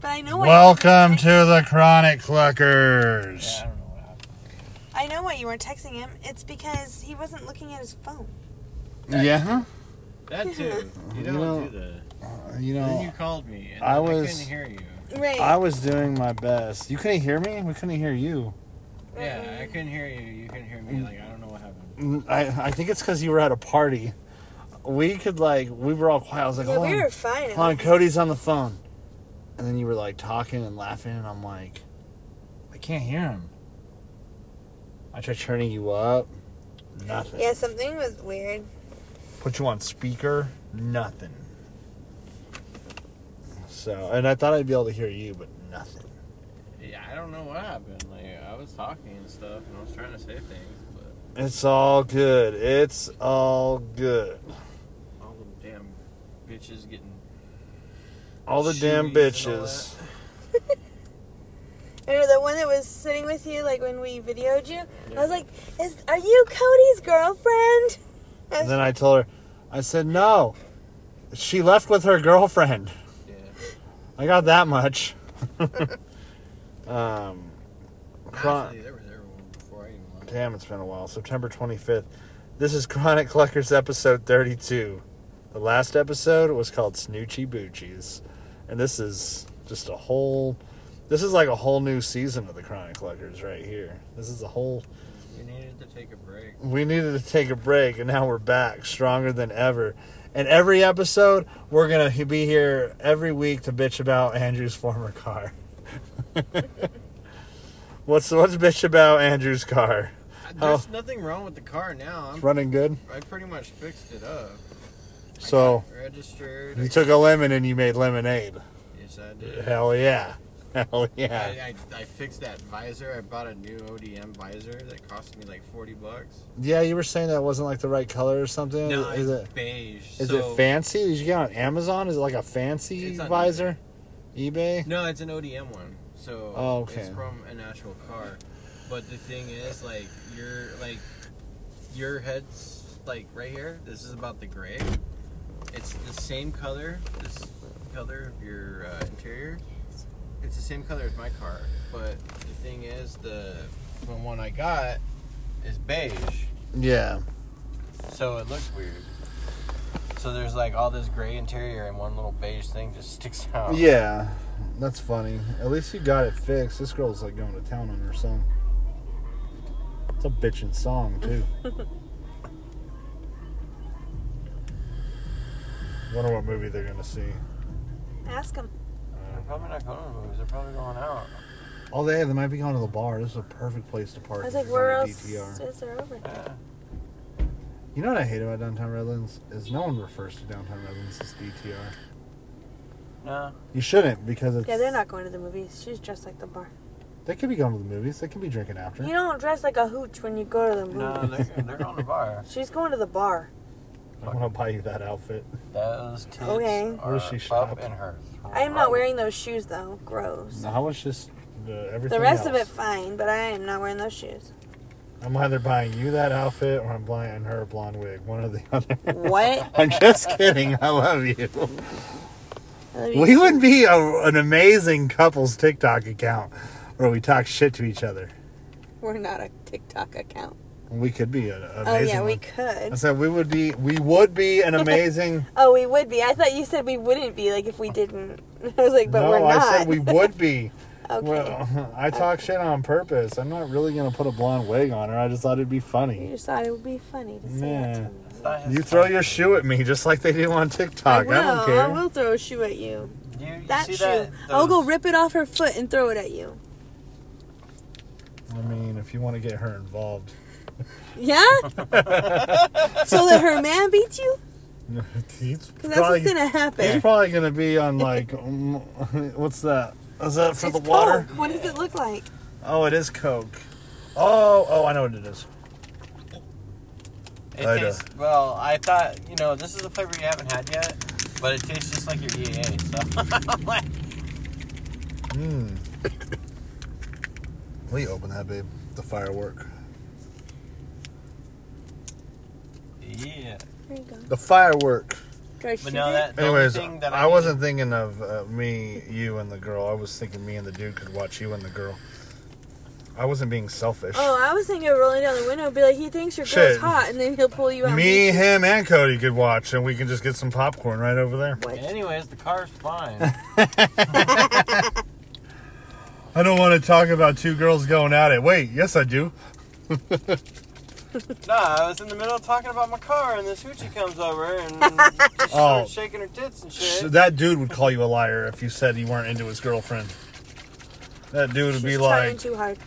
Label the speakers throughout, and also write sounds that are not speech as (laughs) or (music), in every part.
Speaker 1: But I know.
Speaker 2: Welcome to
Speaker 1: I,
Speaker 2: the Chronic Cluckers.
Speaker 3: Yeah, I don't know what happened.
Speaker 1: I know why you weren't texting him. It's because he wasn't looking at his phone.
Speaker 2: Yeah,
Speaker 3: That
Speaker 1: (laughs)
Speaker 3: too. You don't
Speaker 2: know-
Speaker 3: do that.
Speaker 2: you
Speaker 3: Then you
Speaker 2: know,
Speaker 3: called me and
Speaker 2: I
Speaker 3: I,
Speaker 2: was-
Speaker 3: couldn't hear you.
Speaker 1: Right.
Speaker 2: I was doing my best. You couldn't hear me. We couldn't hear you.
Speaker 3: Yeah, I couldn't hear you. You couldn't hear me. Like I don't know what happened.
Speaker 2: Mm, I, I think it's because you were at a party. We could like we were all quiet. I was like,
Speaker 1: yeah,
Speaker 2: hold
Speaker 1: we
Speaker 2: on,
Speaker 1: were fine.
Speaker 2: hold on, Cody's on the phone, and then you were like talking and laughing, and I'm like, I can't hear him. I tried turning you up, nothing.
Speaker 1: Yeah, something was weird.
Speaker 2: Put you on speaker, nothing. So, and I thought I'd be able to hear you, but nothing.
Speaker 3: Yeah, I don't know what happened. Like I was talking and stuff, and I was trying to say things, but
Speaker 2: It's all good. It's all good.
Speaker 3: all the damn bitches getting.
Speaker 2: All the damn
Speaker 3: Jeez, and all
Speaker 2: bitches.
Speaker 1: Remember the one that was sitting with you, like when we videoed you? I
Speaker 3: Yeah.
Speaker 1: was like, "Is are you Cody's girlfriend?"
Speaker 2: And then I told her, I said, no. She left with her girlfriend.
Speaker 3: Yeah.
Speaker 2: I got that much. (laughs) um,
Speaker 3: Actually,
Speaker 2: chron-
Speaker 3: there was everyone before I even left.
Speaker 2: damn, it's been a while. September 25th. This is Chronic Cluckers episode 32. The last episode was called Snoochie Boochies. And this is just a whole. This is like a whole new season of the Chronic Cluckers right here. This is a whole.
Speaker 3: We needed to take a break.
Speaker 2: we needed to take a break and now we're back stronger than ever and every episode we're gonna he- be here every week to bitch about andrew's former car (laughs) what's what's bitch about andrew's car
Speaker 3: There's nothing wrong with the car now.
Speaker 2: it's
Speaker 3: I'm,
Speaker 2: running good
Speaker 3: I pretty much fixed it up. I
Speaker 2: So-
Speaker 3: got it registered.
Speaker 2: you took a lemon and you made lemonade
Speaker 3: Yes, I did.
Speaker 2: hell yeah (laughs) hell yeah
Speaker 3: I, I, I fixed that visor. I bought a new ODM visor that cost me like forty bucks.
Speaker 2: yeah you were saying that wasn't like the right color or something
Speaker 3: No,
Speaker 2: is
Speaker 3: it's
Speaker 2: it
Speaker 3: beige.
Speaker 2: is
Speaker 3: so-
Speaker 2: it fancy did you get it on amazon is it like a fancy
Speaker 3: It's on
Speaker 2: visor ebay
Speaker 3: No, it's an ODM one. So
Speaker 2: Oh, okay.
Speaker 3: it's from an actual car. But the thing is, like your like your head's like right here. This is about the gray. It's the same color. This color of your uh, interior. It's the same color as my car. But the thing is, the the one I got is beige.
Speaker 2: yeah
Speaker 3: So it looks weird. So there's like all this gray interior and one little beige thing just (laughs) sticks out.
Speaker 2: Yeah, that's funny. At least you got it fixed. This girl's like going to town on her song. It's a bitchin' song too. Wonder what movie they're gonna see.
Speaker 1: Ask him.
Speaker 3: They're probably not going to the movies. They're probably going out.
Speaker 2: Oh, they they might be going to the bar. This is a perfect place to park.
Speaker 1: I was
Speaker 2: if
Speaker 1: like,
Speaker 2: you're
Speaker 1: "Where
Speaker 2: going
Speaker 1: else
Speaker 2: to DTR.
Speaker 1: is there over?"
Speaker 3: Yeah.
Speaker 2: You know what I hate about downtown Redlands is no one refers to downtown Redlands as DTR.
Speaker 3: No.
Speaker 2: You shouldn't because it's
Speaker 1: Yeah, they're not going to the movies. She's dressed like the bar.
Speaker 2: They could be going to the movies. They could be drinking after.
Speaker 1: You don't dress like a hooch when you go to the movies.
Speaker 3: No, they're, they're going to bar.
Speaker 1: She's going to the bar.
Speaker 2: I'm gonna buy you that
Speaker 1: (laughs)
Speaker 2: outfit.
Speaker 3: Those tits
Speaker 1: Okay.
Speaker 3: are
Speaker 2: Where's she
Speaker 3: up
Speaker 2: shopped?
Speaker 3: in her.
Speaker 1: I am not wearing those shoes though. Gross.
Speaker 2: Now, how much just uh, everything?
Speaker 1: The rest of
Speaker 2: else?
Speaker 1: it fine, but I am not wearing those shoes.
Speaker 2: I'm either buying you that outfit or I'm buying her a blonde wig. One or the (laughs) other.
Speaker 1: What?
Speaker 2: I'm
Speaker 1: (laughs)
Speaker 2: just kidding. I love you.
Speaker 1: I love you.
Speaker 2: We would be a, an amazing couples TikTok account where we talk shit to each other.
Speaker 1: We're not a TikTok account.
Speaker 2: We could be an amazing.
Speaker 1: Oh yeah, we
Speaker 2: one. I
Speaker 1: could.
Speaker 2: said we would be. We would
Speaker 1: (laughs)
Speaker 2: be an amazing.
Speaker 1: Oh, we would be. I thought you said we wouldn't be. Like if we didn't. (laughs) I was like, but
Speaker 2: no,
Speaker 1: we're not.
Speaker 2: I said we would be.
Speaker 1: (laughs) Okay.
Speaker 2: Well, (laughs) I talk shit on purpose. I'm not really gonna put a blonde wig on her. I just thought it'd be
Speaker 1: you
Speaker 2: funny.
Speaker 1: just thought it would be funny to say that to
Speaker 2: Yeah.
Speaker 1: me.
Speaker 2: You throw your shoe at me just like they do on TikTok. I,
Speaker 1: will.
Speaker 2: don't care.
Speaker 1: I will throw a shoe at you.
Speaker 3: You, you
Speaker 1: That
Speaker 3: see
Speaker 1: shoe.
Speaker 3: That,
Speaker 1: I'll go
Speaker 3: those-
Speaker 1: rip it off her foot and throw it at you.
Speaker 2: I mean, if you want to get her involved, (laughs)
Speaker 1: Yeah? so that her man beats you?
Speaker 2: he's
Speaker 1: 'Cause that's
Speaker 2: probably,
Speaker 1: what's gonna
Speaker 2: he's
Speaker 1: happen.
Speaker 2: probably gonna be on like, (laughs) um, what's that? Is that for the
Speaker 1: It's
Speaker 2: water?
Speaker 1: Coke. What does it look like?
Speaker 2: Oh, it is Coke. Oh, oh, I know what it is.
Speaker 3: It
Speaker 2: I
Speaker 3: tastes, well, I thought, you know, this is a flavor you haven't had yet, but it tastes just like your EA, so. (laughs) I'm like,
Speaker 1: (laughs)
Speaker 2: Mmm. Will you open that, babe? The firework.
Speaker 3: yeah.
Speaker 1: There you go.
Speaker 2: The firework.
Speaker 1: Go shoot
Speaker 3: But no,
Speaker 1: it?
Speaker 3: that the
Speaker 2: Anyways,
Speaker 3: only thing that
Speaker 2: I wasn't thinking of uh, me, you, and the girl. I was thinking me and the dude could watch you and the girl. I wasn't being selfish.
Speaker 1: Oh, I was thinking of rolling down the window and be like, he thinks your girl's
Speaker 2: Shit.
Speaker 1: hot, and then he'll pull you out.
Speaker 2: me, him, and Cody could watch, and we can just get some popcorn right over there.
Speaker 3: Anyways, the car's fine.
Speaker 2: I don't want to talk about two girls going at it. Wait, yes, I do.
Speaker 3: no, I was in the middle of talking about my car, and this hoochie comes over and just
Speaker 2: Oh.
Speaker 3: starts shaking her tits and
Speaker 2: Sh-
Speaker 3: shit.
Speaker 2: That dude would call you a liar if you said you weren't into his girlfriend. That dude would be
Speaker 1: She's
Speaker 2: like,
Speaker 1: trying too hard.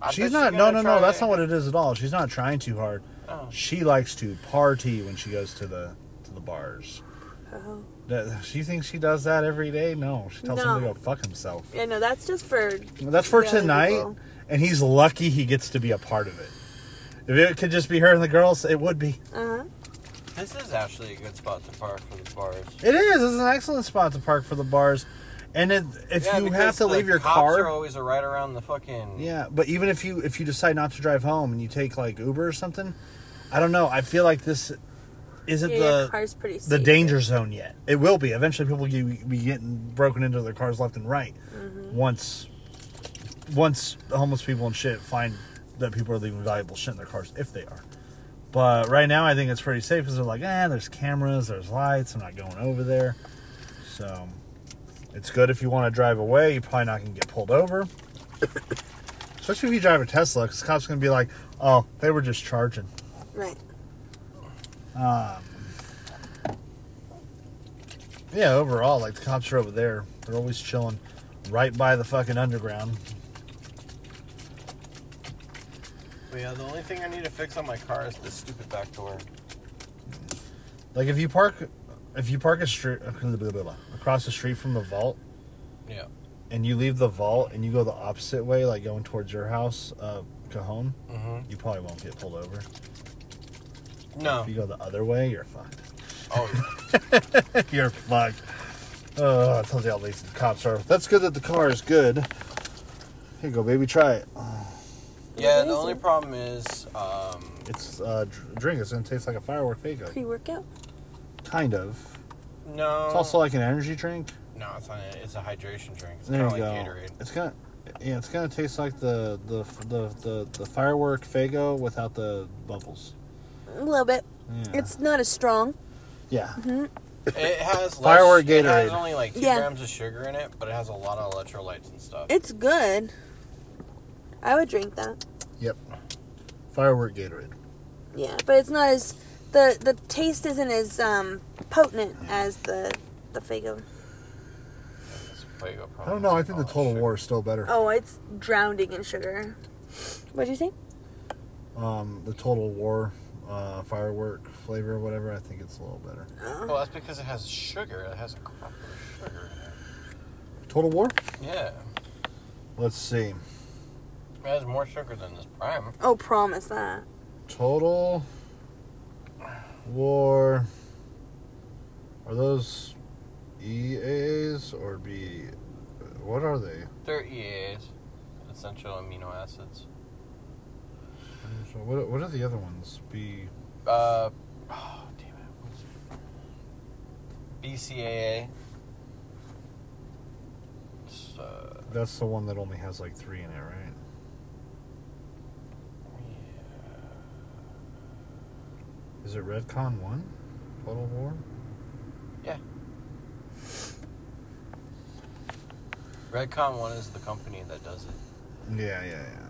Speaker 3: I bet
Speaker 2: She's
Speaker 3: she's
Speaker 2: not. No, no,
Speaker 3: gonna
Speaker 2: no.
Speaker 3: try
Speaker 2: That's
Speaker 3: to-
Speaker 2: not what it is at all. She's not trying too hard.
Speaker 3: Oh.
Speaker 2: She likes to party when she goes to the to the bars.
Speaker 1: Oh.
Speaker 2: That- She thinks she does that every day. No, she tells him to
Speaker 1: No.
Speaker 2: go fuck himself.
Speaker 1: Yeah, no, that's just for.
Speaker 2: That's for
Speaker 1: Yeah,
Speaker 2: tonight,
Speaker 1: people.
Speaker 2: and he's lucky he gets to be a part of it. If it could just be her and the girls, it would be.
Speaker 1: Uh huh.
Speaker 3: This is actually a good spot to park for the bars.
Speaker 2: It is. It's an excellent spot to park for the bars, and it, if
Speaker 3: Yeah,
Speaker 2: you have
Speaker 3: because
Speaker 2: to
Speaker 3: the
Speaker 2: leave your
Speaker 3: cops
Speaker 2: car,
Speaker 3: are always right around the fucking.
Speaker 2: Yeah, but even if you if you decide not to drive home and you take like Uber or something, I don't know. I feel like this isn't
Speaker 1: Yeah, your
Speaker 2: the
Speaker 1: car's pretty safe.
Speaker 2: the danger zone yet. It will be eventually. People will be getting broken into their cars left and right once once homeless people and shit find that people are leaving valuable shit in their cars if they are. But right now, I think it's pretty safe because they're like, eh, there's cameras, there's lights. I'm not going over there, so it's good if you want to drive away. You're probably not going to get pulled over. (coughs) Especially if you drive a Tesla, because cops gonna be like, "Oh, they were just charging."
Speaker 1: Right.
Speaker 2: Yeah, overall, like the cops are over there. They're always chilling, right by the fucking underground.
Speaker 3: But yeah, the only thing I need to fix on my car is this stupid back door.
Speaker 2: Like if you park, if you park a street uh, across the street from the vault,
Speaker 3: Yeah.
Speaker 2: and you leave the vault and you go the opposite way, like going towards your house, uh, Cajon,
Speaker 3: Mm-hmm.
Speaker 2: you probably won't get pulled over.
Speaker 3: No.
Speaker 2: If you go the other way, you're fucked. (laughs)
Speaker 3: Oh, yeah.
Speaker 2: you're fucked. Oh, I told you how lazy the cops are. That's good that the car is good. Here you go, baby. Try it.
Speaker 3: Yeah, the
Speaker 1: Amazing.
Speaker 3: only problem is, um,
Speaker 2: It's uh, dr- drink. It's gonna taste like a firework fake.
Speaker 1: Pre workout?
Speaker 2: Kind of.
Speaker 3: no.
Speaker 2: It's also like an energy drink.
Speaker 3: no, it's not. It's a hydration drink. It's kind
Speaker 2: There
Speaker 3: of
Speaker 2: you
Speaker 3: like
Speaker 2: go.
Speaker 3: Gatorade.
Speaker 2: It's gonna, yeah, it's gonna taste like the the the the, the firework Fago without the bubbles.
Speaker 1: A little bit.
Speaker 2: Yeah.
Speaker 1: It's not as strong.
Speaker 2: yeah.
Speaker 3: It has less,
Speaker 2: Firework
Speaker 3: It has
Speaker 2: Gatorade.
Speaker 3: only like two
Speaker 1: Yeah.
Speaker 3: grams of sugar in it, but it has a lot of electrolytes and stuff.
Speaker 1: It's good. I would drink that.
Speaker 2: Yep. Firework Gatorade.
Speaker 3: Oh,
Speaker 1: Yeah, but it's not as the the taste isn't as um potent as the the Fago.
Speaker 3: It's a Fuego problem.
Speaker 2: I don't know. I think the
Speaker 3: All that
Speaker 2: Total
Speaker 3: Oh, sugar.
Speaker 2: War is still better.
Speaker 1: Oh, it's drowning in sugar. What'd you say?
Speaker 2: Um, the Total War uh, firework flavor, or whatever. I think it's a little better.
Speaker 1: Oh.
Speaker 3: Well, that's because it has sugar. It has a crop of sugar in
Speaker 2: Total War.
Speaker 3: it. Yeah.
Speaker 2: Let's see.
Speaker 3: It has more sugar than this prime.
Speaker 1: Oh, promise that.
Speaker 2: Total War. Are those EAs or B? What are they?
Speaker 3: They're EAs, essential amino acids.
Speaker 2: So what, what are the other ones? B.
Speaker 3: Uh, oh, damn it. What's BCAA. It's, uh,
Speaker 2: That's the one that only has like three in it, right? Is it Redcon One? Total War.
Speaker 3: Redcon One is the company that does it.
Speaker 2: Yeah, yeah, yeah.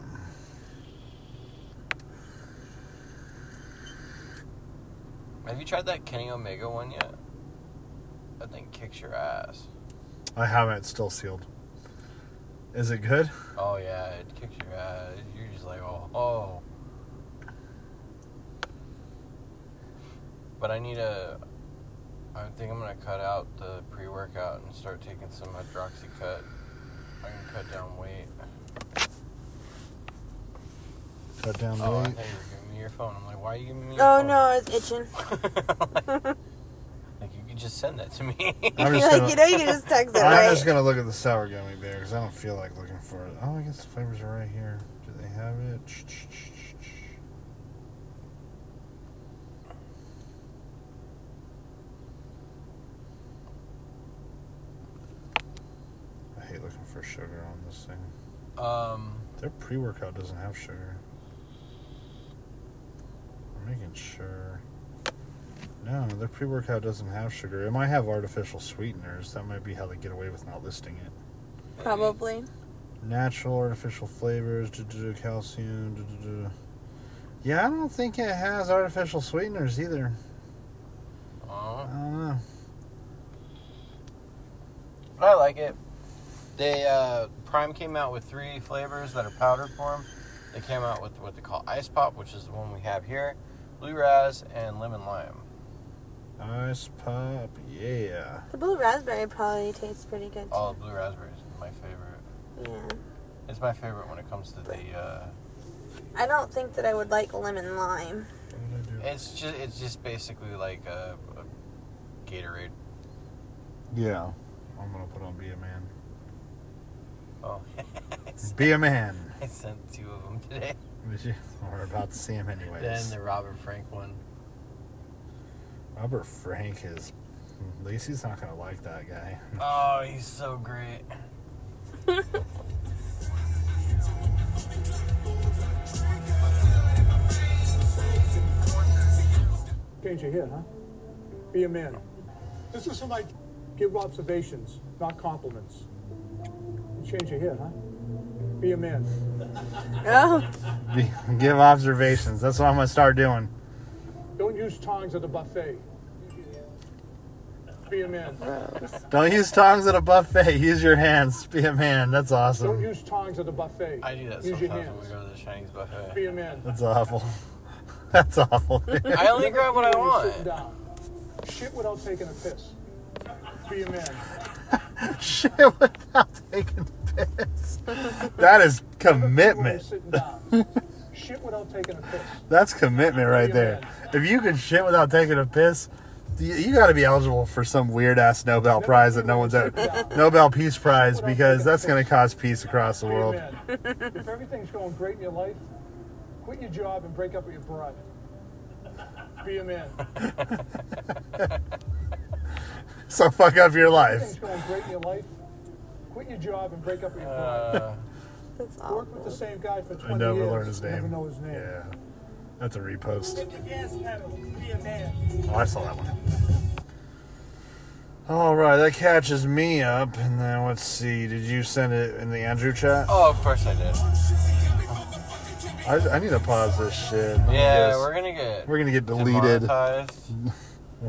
Speaker 3: Have you tried that Kenny Omega one yet? That thing kicks your ass.
Speaker 2: I haven't. It's still sealed. Is it good?
Speaker 3: Oh yeah, it kicks your ass. You're just like, oh, oh. But I need a. I think I'm gonna cut out the pre-workout and start taking some hydroxycut. I can cut down weight.
Speaker 2: Cut down the
Speaker 3: Oh, I
Speaker 2: weight.
Speaker 3: thought you were giving me your phone. I'm like, why are you giving me? Your
Speaker 1: Oh
Speaker 3: phone?
Speaker 1: no,
Speaker 3: (laughs)
Speaker 1: it's
Speaker 2: (laughs)
Speaker 1: itching. (laughs)
Speaker 3: like you could just send that
Speaker 1: (laughs)
Speaker 2: (laughs)
Speaker 3: to me.
Speaker 2: I'm
Speaker 1: You're
Speaker 2: just
Speaker 1: like,
Speaker 2: gonna-
Speaker 1: you know, you can
Speaker 3: (laughs)
Speaker 1: just text it, (laughs)
Speaker 2: I'm
Speaker 1: right?
Speaker 2: just gonna look at the sour gummy bear because I don't feel like looking for it. Oh, I guess the flavors are right here. Do they have it? Ch- ch- ch- ch- ch. hate looking for sugar on this thing.
Speaker 3: Um,
Speaker 2: Their pre workout doesn't have sugar. I'm making sure. No, their pre workout doesn't have sugar. It might have artificial sweeteners. That might be how they get away with not listing it.
Speaker 1: Probably.
Speaker 2: Natural artificial flavors, duh, duh, duh, calcium. duh, duh, duh. Yeah, I don't think it has artificial sweeteners either. I
Speaker 3: uh,
Speaker 2: don't know.
Speaker 3: I like it. They uh, Prime came out with three flavors that are powdered form. They came out with what they call ice pop, which is the one we have here, blue raz, and lemon lime.
Speaker 2: Ice pop, yeah.
Speaker 1: The blue raspberry probably tastes pretty good.
Speaker 2: Oh,
Speaker 3: All the blue raspberries, is my favorite.
Speaker 1: too. Yeah.
Speaker 3: It's my favorite when it comes to the. Uh,
Speaker 1: I don't think that I would like lemon lime.
Speaker 2: What did I do?
Speaker 3: it's just it's just basically like a, a Gatorade.
Speaker 2: Yeah. I'm gonna put on Be a Man.
Speaker 3: Oh, (laughs)
Speaker 2: Be a Man.
Speaker 3: I sent two of them today.
Speaker 2: We're about to see him anyways.
Speaker 3: Then the Robert Frank one.
Speaker 2: Robert Frank is. Lacey's not gonna like that guy.
Speaker 3: Oh, he's so great.
Speaker 4: Change your head, huh? Be a man. This is somebody give observations, not compliments. Change your head, huh? Be a man.
Speaker 1: Oh,
Speaker 2: Be- Give observations. That's what I'm gonna start doing.
Speaker 4: Don't use tongs at the buffet. Be a man.
Speaker 2: Don't use tongs at a buffet. Use your hands. Be a man. That's
Speaker 4: Don't
Speaker 2: awesome.
Speaker 4: use tongs at the buffet.
Speaker 3: I do that
Speaker 4: Use your
Speaker 3: sometimes when we
Speaker 4: hands.
Speaker 3: go to the Chinese buffet.
Speaker 4: Be a man.
Speaker 2: That's awful. (laughs) That's awful.
Speaker 3: I only grab what I
Speaker 4: When you're sitting
Speaker 3: want.
Speaker 4: down. Shit without taking a piss. Be a man.
Speaker 2: Shit without taking piss. That is
Speaker 4: When you're
Speaker 2: commitment.
Speaker 4: sitting down. Shit without taking a piss.
Speaker 2: That's commitment right there. If you can shit without taking a piss, you, you got to be eligible for some weird ass Nobel Prize that no one's at Nobel Peace Prize because that's going to cause peace across the
Speaker 4: Be a
Speaker 2: world.
Speaker 4: man. (laughs) If everything's going great in your life, quit your job and break up with your bride. Be a man.
Speaker 2: So fuck up your life.
Speaker 4: Everything's going great in your life. Quit your job and break up with your bride.
Speaker 3: Uh,
Speaker 1: that's
Speaker 4: Worked with the
Speaker 1: awful.
Speaker 4: same guy for 20
Speaker 2: I never
Speaker 4: years.
Speaker 2: learned his
Speaker 4: Never
Speaker 2: name.
Speaker 4: know his name.
Speaker 2: Yeah, that's a repost.
Speaker 4: the gas pedal. Be a man.
Speaker 2: Oh, I saw that one. All right, that catches me up. And then let's see. Did you send it in the Andrew chat?
Speaker 3: oh, of course I did.
Speaker 2: I, I need to pause this shit. I'm gonna
Speaker 3: Yeah,
Speaker 2: guess.
Speaker 3: we're gonna get
Speaker 2: we're gonna get deleted.
Speaker 3: demonetized.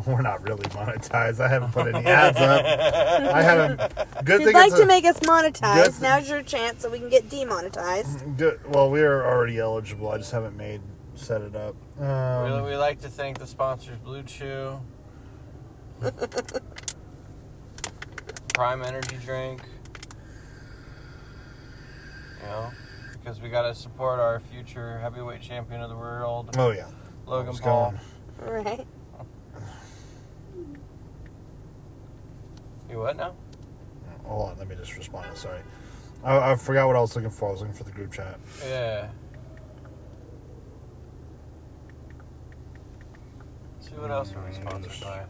Speaker 2: We're not really monetized. I haven't put any ads
Speaker 3: (laughs)
Speaker 2: up. I haven't. Good
Speaker 1: If
Speaker 2: thing
Speaker 1: you'd like
Speaker 2: it's
Speaker 1: to
Speaker 2: a-
Speaker 1: make us
Speaker 2: Good
Speaker 1: monetized,
Speaker 2: thing-
Speaker 1: now's your chance so we can get demonetized.
Speaker 2: good. Well, we are already eligible. I just haven't made set it up.
Speaker 3: We,
Speaker 2: Um,
Speaker 3: we like to thank the sponsors Blue
Speaker 2: (laughs)
Speaker 3: Chew, Prime Energy Drink. You know, because we gotta support our future heavyweight champion of the world,
Speaker 2: oh yeah,
Speaker 3: Logan
Speaker 2: it's
Speaker 3: Paul.
Speaker 2: gone.
Speaker 1: Right?
Speaker 3: You what now?
Speaker 2: Hold on, let me just respond. Sorry, I, I forgot what I was looking for. I was looking for the group chat.
Speaker 3: Yeah. See what else are we sponsored by?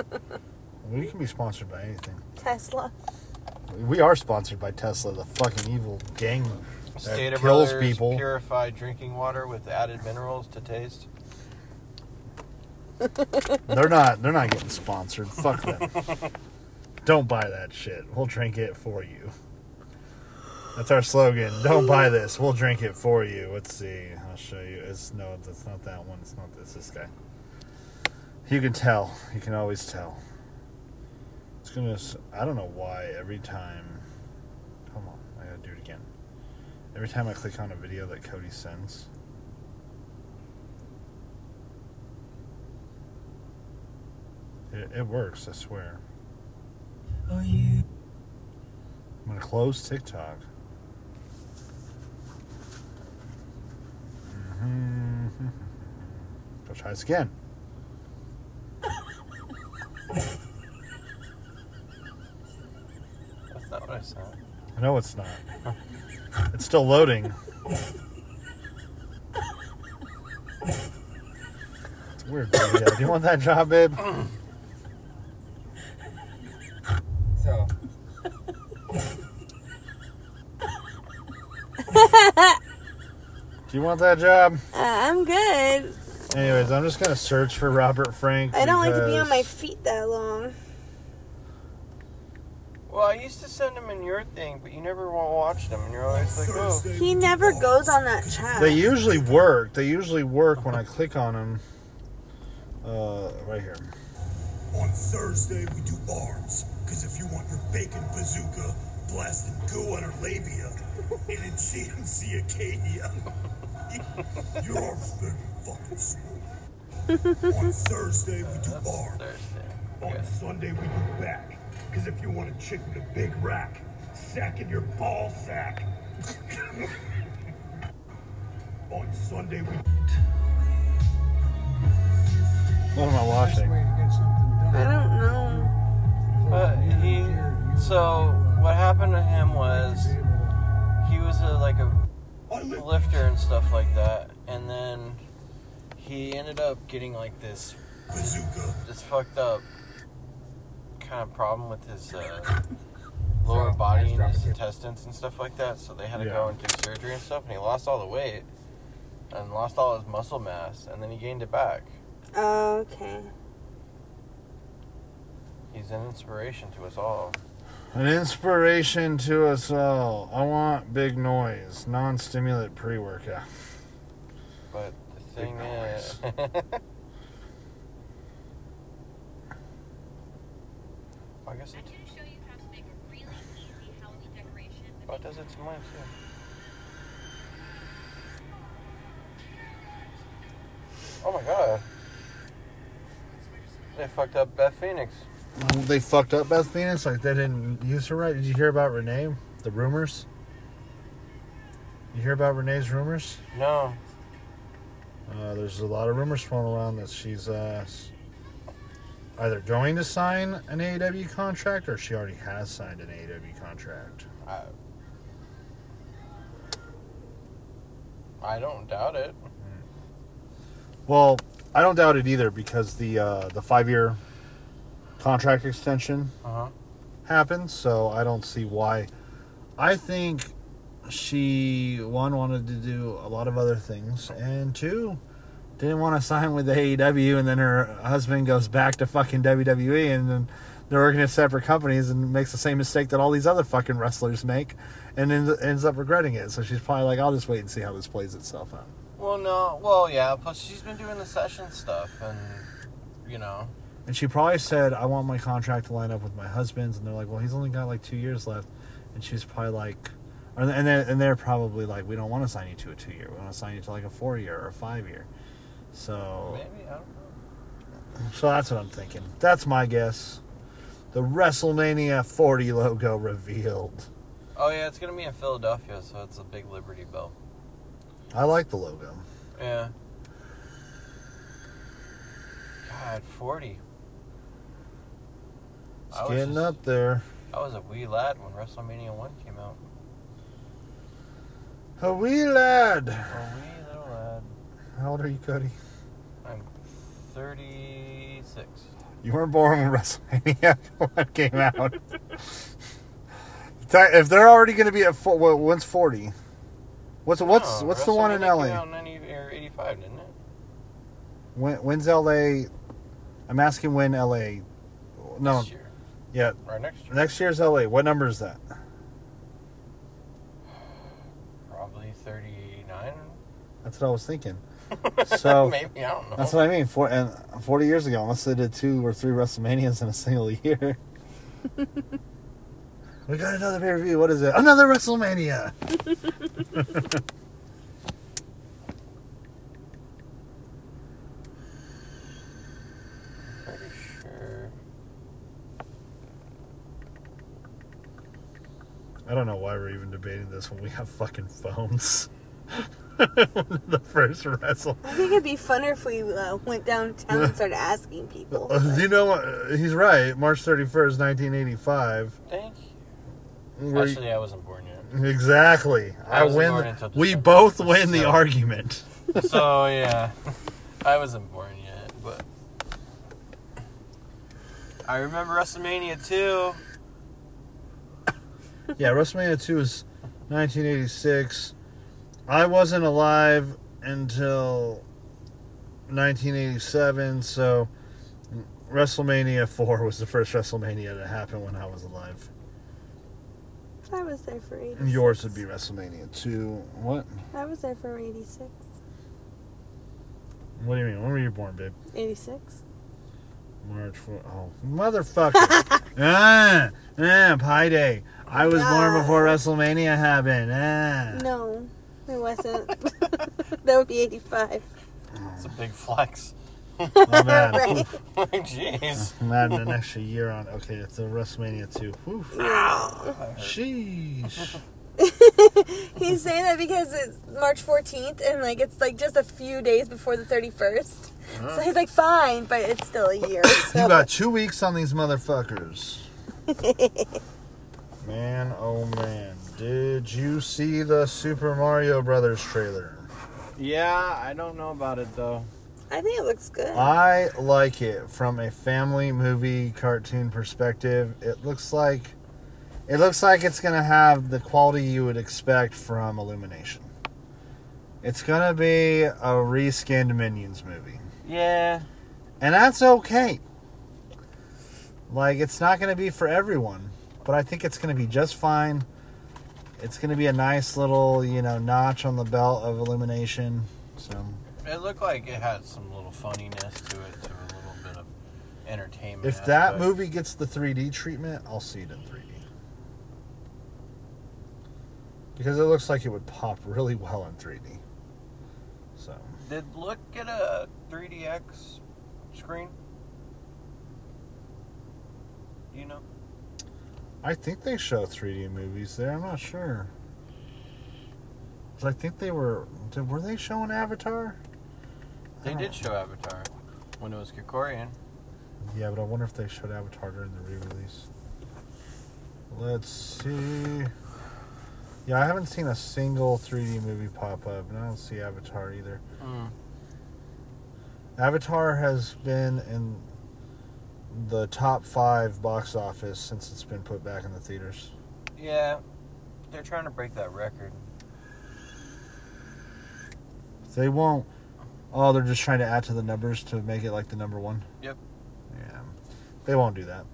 Speaker 2: Mm, (laughs) We can be sponsored by anything.
Speaker 1: Tesla.
Speaker 2: We are sponsored by Tesla, the fucking evil gang that
Speaker 3: State of
Speaker 2: kills
Speaker 3: Brothers
Speaker 2: people.
Speaker 3: purified drinking water with added minerals to taste.
Speaker 2: They're not. They're not getting sponsored. Fuck them. Don't buy that shit. We'll drink it for you. That's our slogan. Don't buy this. We'll drink it for you. Let's see. I'll show you. It's no. That's not that one. It's not this. This guy. You can tell. You can always tell. It's gonna. s- I don't know why every time. Come on. I gotta do it again. Every time I click on a video that Cody sends. It, it works, I swear. I'm gonna close TikTok. Mhm. Go try this again.
Speaker 3: That's not what I said.
Speaker 2: No, it's not. (laughs) It's still loading. It's a weird video. Do you want that job, babe?
Speaker 3: So,
Speaker 2: Do you want that job?
Speaker 1: Uh, I'm good.
Speaker 2: Anyways, I'm just gonna search for Robert Frank.
Speaker 1: I don't like to be on my
Speaker 2: because-
Speaker 1: feet that long.
Speaker 3: Well, I used to send them in your thing, but you never wa- watched them, and you're always like, oh.
Speaker 1: He never goes on that chat.
Speaker 2: They usually work. They usually work when I click on them. Uh, right here.
Speaker 5: On Thursday, we do arms, because if you want your bacon bazooka, blasting goo on her labia, and in GMC Acadia, (laughs) your arms better fucking smooth. On Thursday, we do arms.
Speaker 3: Thursday.
Speaker 5: On
Speaker 3: Good.
Speaker 5: Sunday, we do back, because if you want a chick with a big rack, sack in your ball sack. (laughs) On Sunday, we
Speaker 2: What am I watching?
Speaker 1: I don't know.
Speaker 3: But he, so what happened to him was he was a, like a
Speaker 5: I live
Speaker 3: lifter and stuff like that, and then he ended up getting like this
Speaker 5: bazooka.
Speaker 3: this fucked up kind of problem with his uh, lower body and his intestines and stuff like that. So they had to go
Speaker 2: Yeah.
Speaker 3: and do surgery and stuff, and he lost all the weight and lost all his muscle mass, and then he gained it back.
Speaker 1: Oh, okay.
Speaker 3: He's an inspiration to us all.
Speaker 2: An inspiration to us all. I want big noise, non-stimulant pre-workout.
Speaker 3: But the thing is, (laughs) I guess
Speaker 6: I'm
Speaker 3: it.
Speaker 6: going to show you how to make a really easy Halloween decoration.
Speaker 3: Why does it to mine too? Oh my god. They fucked up Beth Phoenix.
Speaker 2: They fucked up Beth Phoenix. Like they didn't use her right. Did you hear about Renee? The rumors. You hear about Renee's rumors?
Speaker 3: No.
Speaker 2: Uh, there's a lot of rumors going around that she's uh, either going to sign an AEW contract or she already has signed an AEW contract.
Speaker 3: I, I don't doubt it.
Speaker 2: Well, I don't doubt it either because the uh, the five year contract extension
Speaker 3: Uh huh.
Speaker 2: happened, so I don't see why. I think she one wanted to do a lot of other things, and two didn't want to sign with AEW, and then her husband goes back to fucking WWE, and then they're working at separate companies, and makes the same mistake that all these other fucking wrestlers make, and ends, ends up regretting it. So she's probably like, "I'll just wait and see how this plays itself out."
Speaker 3: Well, no. Well, yeah. Plus, she's been doing the session stuff, and you know,
Speaker 2: And she probably said, I want my contract to line up with my husband's. And they're like, well, he's only got like two years left. And she's probably like, and and they're, and they're probably like, we don't want to sign you to a two year. We want to sign you to like a four year or a five year. So,
Speaker 3: maybe I don't know.
Speaker 2: so that's what I'm thinking. That's my guess. The WrestleMania 40 logo revealed.
Speaker 3: Oh yeah, it's gonna be in Philadelphia, so it's a big Liberty Bell.
Speaker 2: I like the logo.
Speaker 3: Yeah. God, 40.
Speaker 2: It's
Speaker 3: I was
Speaker 2: getting
Speaker 3: just-
Speaker 2: up there.
Speaker 3: I was a wee lad when WrestleMania 1 came out.
Speaker 2: A wee lad.
Speaker 3: A wee little lad.
Speaker 2: How old are you, Cody?
Speaker 3: I'm 36.
Speaker 2: You weren't born when WrestleMania (laughs) one came out. That- if they're already going to be at four, well, when's forty? What's what's
Speaker 3: No,
Speaker 2: what's the one in
Speaker 3: Oh, WrestleMania Came out
Speaker 2: LA?
Speaker 3: in 90, or 85, didn't it?
Speaker 2: When, when's LA? I'm asking when LA. No,
Speaker 3: This year.
Speaker 2: yeah,
Speaker 3: Or next year.
Speaker 2: next year's LA. What number is that?
Speaker 3: Probably 39.
Speaker 2: That's what I was
Speaker 3: (laughs)
Speaker 2: thinking. So
Speaker 3: Maybe, I don't know.
Speaker 2: Oh. that's what I mean. For and forty years ago, unless they did two or three WrestleManias in a single (laughs) year. we got another pay per view. What is it? Another WrestleMania.
Speaker 3: Pretty sure.
Speaker 2: I don't know why we're even debating this when we have fucking phones. (laughs) the first wrestle.
Speaker 1: I think it'd be funner if we uh, went downtown and
Speaker 2: (laughs)
Speaker 1: started asking people.
Speaker 2: Uh, You know, uh, he's right. March 31st, 1985.
Speaker 3: Thank you.
Speaker 2: We're-
Speaker 3: Actually, I wasn't born yet.
Speaker 2: exactly.
Speaker 3: I
Speaker 2: I,
Speaker 3: wasn't born
Speaker 2: win.
Speaker 3: until
Speaker 2: We
Speaker 3: December,
Speaker 2: both win the
Speaker 3: so-
Speaker 2: argument.
Speaker 3: (laughs) so yeah, I wasn't born yet, but I remember WrestleMania too.
Speaker 2: Yeah, WrestleMania 2 is 1986. I wasn't alive until 1987, so WrestleMania 4 was the first WrestleMania to happen when I was alive.
Speaker 1: I was there for 86.
Speaker 2: And yours would be WrestleMania 2. What?
Speaker 1: I was there for 86.
Speaker 2: What do you mean? When were you born, babe?
Speaker 1: 86?
Speaker 2: March 4. Oh, (laughs) motherfucker. ah, ah, Pi Day. I was born before WrestleMania happened. Ah. (laughs)
Speaker 1: No, it wasn't. (laughs) that would be 85.
Speaker 3: It's a big flex. (laughs)
Speaker 2: Oh, man.
Speaker 1: right?
Speaker 3: Jeez.
Speaker 2: I'm adding an extra year on. Okay, it's a WrestleMania 2. Whew. Sheesh.
Speaker 1: (laughs) He's saying that because it's March 14th and like it's like just a few days before the 31st. So he's like, fine, but it's still a year.
Speaker 2: (laughs) You
Speaker 1: So. (laughs)
Speaker 2: got two weeks on these motherfuckers. man, oh man. Did you see the Super Mario Brothers trailer?
Speaker 3: Yeah, I don't know about it though.
Speaker 1: I think it looks good.
Speaker 2: I like it from a family movie cartoon perspective. It looks like it looks like it's going to have the quality you would expect from Illumination. It's going to be a reskinned Minions movie.
Speaker 3: Yeah.
Speaker 2: And that's okay. Like, it's not going to be for everyone, but I think it's going to be just fine. It's going to be a nice little, you know, notch on the belt of illumination. So,
Speaker 3: It looked like it had some little funniness to it, to a little bit of entertainment.
Speaker 2: if that
Speaker 3: aspect.
Speaker 2: movie gets the 3D treatment, I'll see it in 3D. Because it looks like it would pop (laughs) really well in 3D. So,
Speaker 3: did look at a 3DX screen. Do You know,
Speaker 2: I think they show 3D movies there. I'm not sure. 'Cause I think they were. Did, were they showing Avatar?
Speaker 3: they did show Avatar when it was Kikorian.
Speaker 2: Yeah, but I wonder if they showed Avatar during the re-release. Let's see. Yeah, I haven't seen a single 3D movie pop up, and I don't see Avatar either.
Speaker 3: Mm.
Speaker 2: Avatar has been in the top five box office since it's been put back in the theaters.
Speaker 3: Yeah, they're trying to break that record.
Speaker 2: They won't. Oh, they're just trying to add to the numbers to make it like the number one.
Speaker 3: Yep.
Speaker 2: Yeah, they won't do that.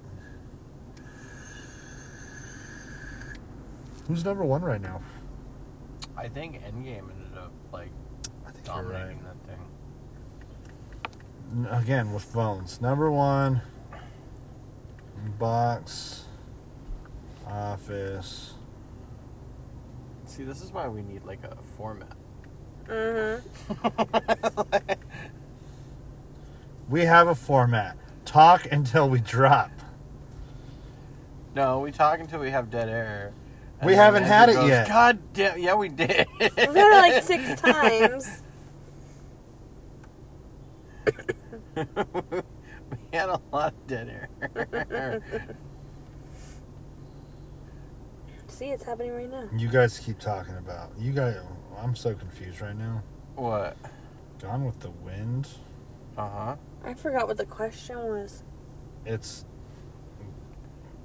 Speaker 2: Who's number one right now?
Speaker 3: I think Endgame ended up like
Speaker 2: I think you're right.
Speaker 3: dominating that thing.
Speaker 2: N- Again with phones. Number one, box office.
Speaker 3: See, this is why we need like a format.
Speaker 1: Mm-hmm.
Speaker 2: We have a format. Talk until we drop.
Speaker 3: (laughs) no, we talk until we have dead air. and
Speaker 2: We
Speaker 3: then
Speaker 2: haven't
Speaker 3: Andrew
Speaker 2: had it
Speaker 3: goes,
Speaker 2: yet.
Speaker 3: God damn! Yeah, we did. (laughs)
Speaker 1: We've done it like
Speaker 2: (laughs)
Speaker 1: six times.
Speaker 3: we had a lot of (laughs) dead air.
Speaker 1: See, it's happening right now.
Speaker 2: You guys keep talking about. You guys. I'm so confused right now.
Speaker 3: what?
Speaker 2: Gone with the wind.
Speaker 3: Uh huh.
Speaker 1: I forgot what the question was.
Speaker 2: It's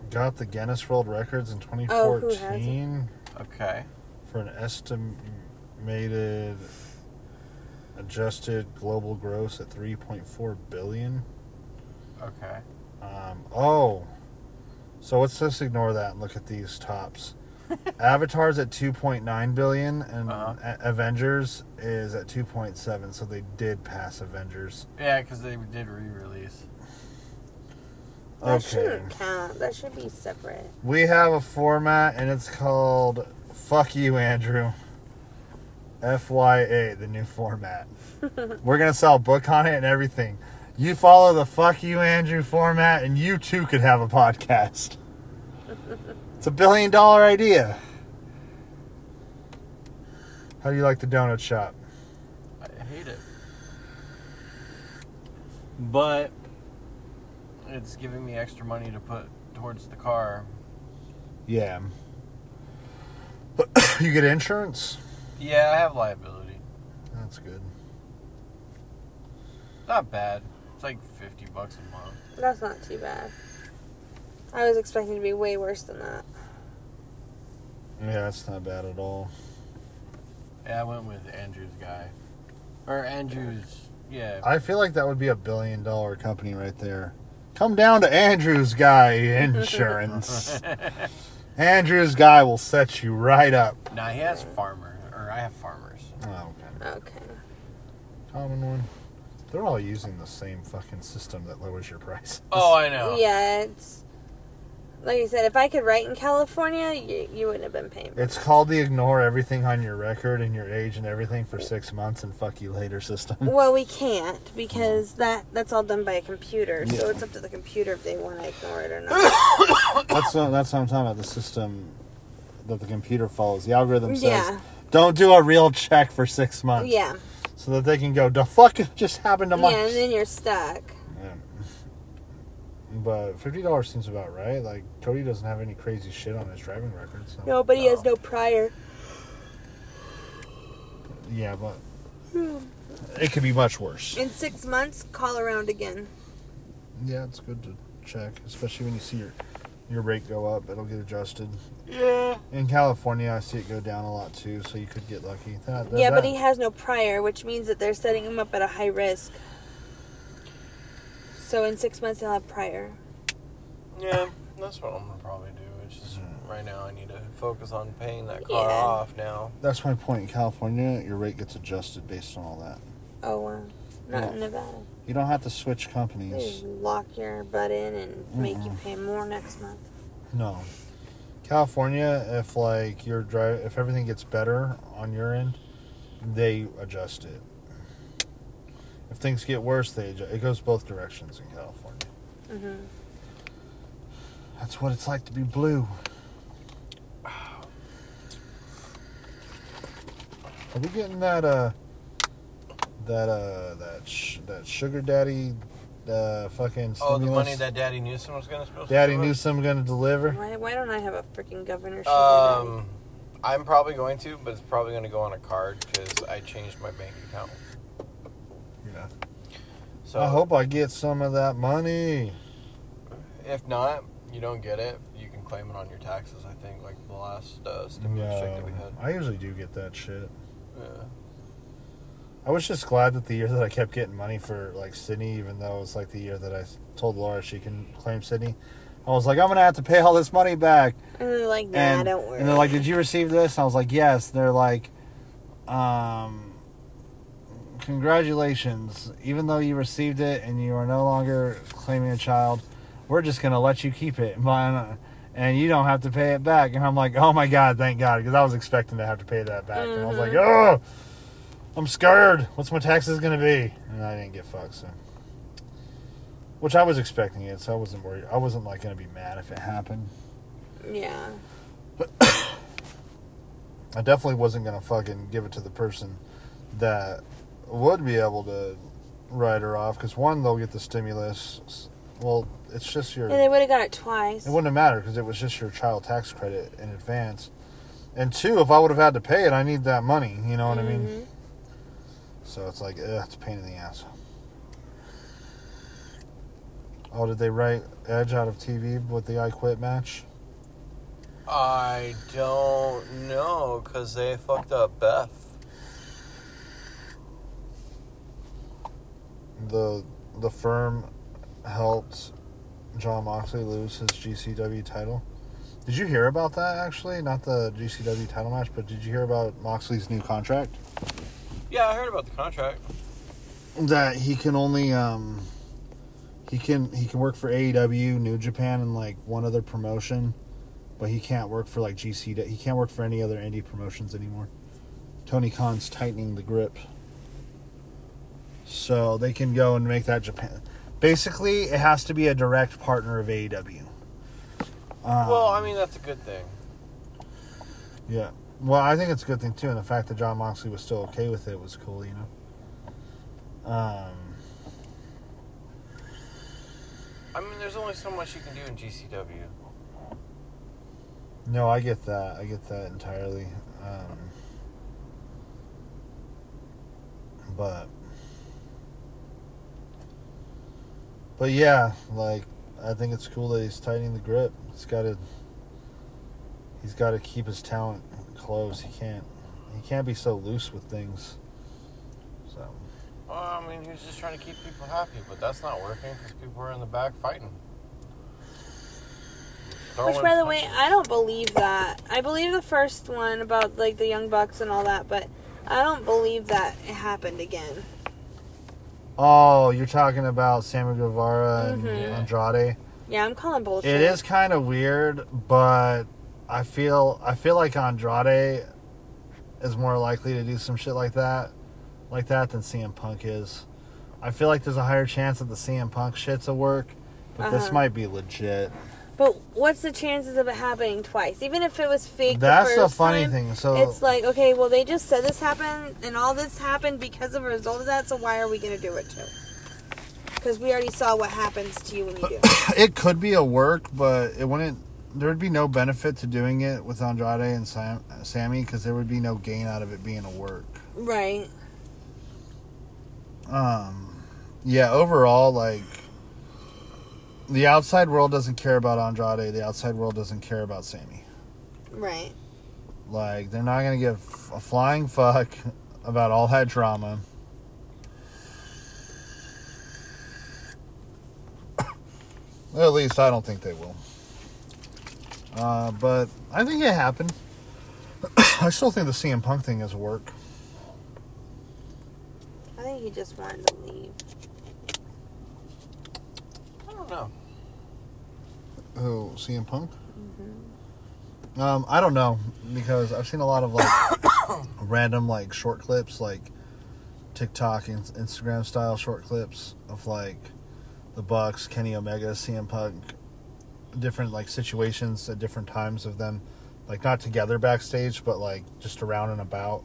Speaker 2: got the Guinness World Records in
Speaker 1: Oh, who has it?
Speaker 2: 2014
Speaker 3: Okay.
Speaker 2: for an estimated adjusted global gross at 3.4 billion.
Speaker 3: Okay.
Speaker 2: Um, oh, so let's just ignore that and look at these tops. Avatars at 2.9 billion and
Speaker 3: Uh-huh.
Speaker 2: A- Avengers is at 2.7, so they did pass Avengers.
Speaker 3: Yeah, because they did re-release.
Speaker 1: That
Speaker 2: Okay.
Speaker 1: shouldn't count. That should be separate.
Speaker 2: We have a format and it's called Fuck You, Andrew. FYA, the new format. We're going to sell a book on it and everything. You follow the Fuck You, Andrew format, and you too could have a podcast. it's a billion dollar idea. How do you like the donut shop?
Speaker 3: I hate it. But it's giving me extra money to put towards the car.
Speaker 2: Yeah. (coughs) you get insurance?
Speaker 3: Yeah, I have liability.
Speaker 2: That's good.
Speaker 3: Not bad. It's like fifty bucks a month.
Speaker 1: That's not too bad. I was expecting to be way worse than that.
Speaker 2: Yeah, that's not bad at all.
Speaker 3: Yeah, I went with Andrew's guy. Or Andrew's, yeah.
Speaker 2: I feel like that would be a billion dollar company right there. Come down to Andrew's Guy Insurance. Andrew's Guy will set you right up.
Speaker 3: Now he has farmer, or I have farmers.
Speaker 2: Oh, okay.
Speaker 1: Okay.
Speaker 2: Common one. They're all using the same fucking system that lowers your price.
Speaker 3: Oh, I know.
Speaker 1: Yeah, it's like I said. If I could write in California, you, you wouldn't have been paying. me.
Speaker 2: It's called the ignore everything on your record and your age and everything for six months and fuck you later
Speaker 1: (laughs)
Speaker 2: system.
Speaker 1: Well, we can't because that that's all done by a computer. So it's up to the computer if they want to ignore it or not.
Speaker 2: That's what, that's what I'm talking about. The system that the computer follows. The algorithm says,
Speaker 1: Yeah.
Speaker 2: don't do a real check for six months.
Speaker 1: yeah.
Speaker 2: So that they can go, the fuck just happened to my.
Speaker 1: Yeah, and then you're stuck.
Speaker 2: Yeah. But fifty dollars seems about right. Like Cody doesn't have any crazy shit on his driving record. So.
Speaker 1: No, but he has no prior.
Speaker 2: Yeah, but
Speaker 1: Hmm.
Speaker 2: it could be much worse.
Speaker 1: In six months, call around again.
Speaker 2: Yeah, it's good to check, especially when you see your your rate go up. It'll get adjusted.
Speaker 3: Yeah.
Speaker 2: In California, I see it go down a lot too. So you could get lucky. That- that-
Speaker 1: yeah, but
Speaker 2: that-
Speaker 1: he has no prior, which means that they're setting him up at a high risk. So in six months, he'll have prior.
Speaker 3: Yeah, that's what I'm Mm. gonna probably do. It's just right now I need to focus on paying that
Speaker 1: car
Speaker 3: car
Speaker 1: Yeah.
Speaker 3: off now.
Speaker 2: That's my point. In California, your rate gets adjusted based on all that.
Speaker 1: Oh, wow. Not in Nevada.
Speaker 2: You don't have to switch
Speaker 1: They
Speaker 2: companies.
Speaker 1: lock your butt in and
Speaker 2: Mm-hmm.
Speaker 1: make you pay more next month.
Speaker 2: No. California, if like your drive, if everything gets better on your end, they adjust it. If things get worse, they adjust. It goes both directions in California.
Speaker 1: Mm-hmm.
Speaker 2: That's what it's like to be blue. Are we getting that uh that uh that sh- that sugar daddy uh fucking
Speaker 3: Oh, the money
Speaker 2: stimulus
Speaker 3: that Daddy Newsom was gonna supposed
Speaker 2: Daddy
Speaker 3: to give us?
Speaker 2: Newsom gonna deliver?
Speaker 1: Why, why don't I have a freaking governorship? already?
Speaker 3: Um, I'm probably going to, but it's probably gonna go on a card because I changed my bank account.
Speaker 2: Yeah.
Speaker 3: So
Speaker 2: I hope I get some of that money.
Speaker 3: if not, you don't get it. You can claim it on your taxes. I think like the last uh, stimulus check that we had.
Speaker 2: I usually do get that shit.
Speaker 3: Yeah.
Speaker 2: I was just glad that the year that I kept getting money for like Sydney, even though it was like the year that I s- told Laura she can claim Sydney. I was like, I'm gonna have to pay all this money back.
Speaker 1: And they're like, nah,
Speaker 2: and,
Speaker 1: don't worry.
Speaker 2: and they're like, Did you receive this? And I was like, Yes. And they're like, um, Congratulations. Even though you received it and you are no longer claiming a child, we're just going to let you keep it. (laughs) Mine- And you don't have to pay it back. And I'm like, Oh my God, thank God. Because I was expecting to have to pay that back. And I was like,
Speaker 1: Mm-hmm.
Speaker 2: Oh, I'm scared. What's my taxes going to be? And I didn't get fucked. So. Which I was expecting it, so I wasn't worried. I wasn't like going to be mad if it happened.
Speaker 1: yeah.
Speaker 2: I definitely wasn't gonna fucking give it to the person that would be able to write her off because one, they'll get the stimulus. s- Well, it's just your.
Speaker 1: And they would have got it twice.
Speaker 2: It wouldn't have mattered because it was just your child tax credit in advance. And two, if I would have had to pay it, I need that money. You know what I
Speaker 1: Mm-hmm.
Speaker 2: mean? So it's like, ugh, it's a pain in the ass. Oh, did they write Edge out of TV with the I Quit match?
Speaker 3: I don't know because they fucked up Beth.
Speaker 2: the the firm helped John Moxley lose his GCW title. Did you hear about that actually? Not the GCW title match, but did you hear about Moxley's new contract?
Speaker 3: Yeah, I heard about the contract.
Speaker 2: That he can only um he can he can work for AEW, New Japan and like one other promotion, but he can't work for like GCW. He can't work for any other indie promotions anymore. Tony Khan's tightening the grip. So they can go and make that Japan. Basically, it has to be a direct partner of E AEW. Um,
Speaker 3: well, I mean that's a good thing.
Speaker 2: Yeah. Well, I think it's a good thing too, and the fact that John Moxley was still okay with it was cool, you know. Um,
Speaker 3: I mean, there's only so much you can do in GCW.
Speaker 2: no, I get that. I get that entirely. Um, but but yeah, like I think it's cool that he's tightening the grip. He's got to he's got to keep his talent close. He can't You can't be so loose with things. So
Speaker 3: Well, I mean, he was just trying to keep people happy, but that's not working because people are in the back fighting.
Speaker 1: Which,
Speaker 3: Throwing
Speaker 1: by the way,
Speaker 3: punches.
Speaker 1: I don't believe that. I believe the first one about like the young bucks and all that, but I don't believe that it happened again.
Speaker 2: Oh, you're talking about Sammy Guevara and
Speaker 1: Mhm.
Speaker 7: Yeah.
Speaker 2: Andrade.
Speaker 1: Yeah, I'm calling bullshit.
Speaker 2: It is kind of weird, but I feel I feel like Andrade is more likely to do some shit like that, like that than CM Punk is. I feel like there's a higher chance that the CM Punk shit's a work, but this
Speaker 1: Uh-huh.
Speaker 2: might be legit.
Speaker 1: But what's the chances of it happening twice? Even if it was fake.
Speaker 2: That's
Speaker 1: the,
Speaker 2: the
Speaker 1: first
Speaker 2: funny
Speaker 1: time,
Speaker 2: thing, so-
Speaker 1: it's like, okay, well, they just said this happened, and all this happened because of a result of that. So why are we gonna do it too? Because we already saw what happens to you when you do. it.
Speaker 2: (clears throat) It could be a work, but it wouldn't. There would be no benefit to doing it with Andrade and Sam, Sammy because there would be no gain out of it being a work.
Speaker 1: right.
Speaker 2: um yeah overall like the outside world doesn't care about andrade the outside world doesn't care about sammy
Speaker 1: Right.
Speaker 2: like they're not gonna give a flying fuck about all that drama (coughs) at least i don't think they will uh, but i think it happened (coughs) i still think the cm punk thing is work
Speaker 1: I think he just wanted to leave.
Speaker 3: I don't know.
Speaker 2: Who CM Punk? Um, I don't know because I've seen a lot of like (coughs) random like short clips, like TikTok and Instagram style short clips of like the Bucks, Kenny Omega, CM Punk, different like situations at different times of them, like not together backstage, but like just around and about,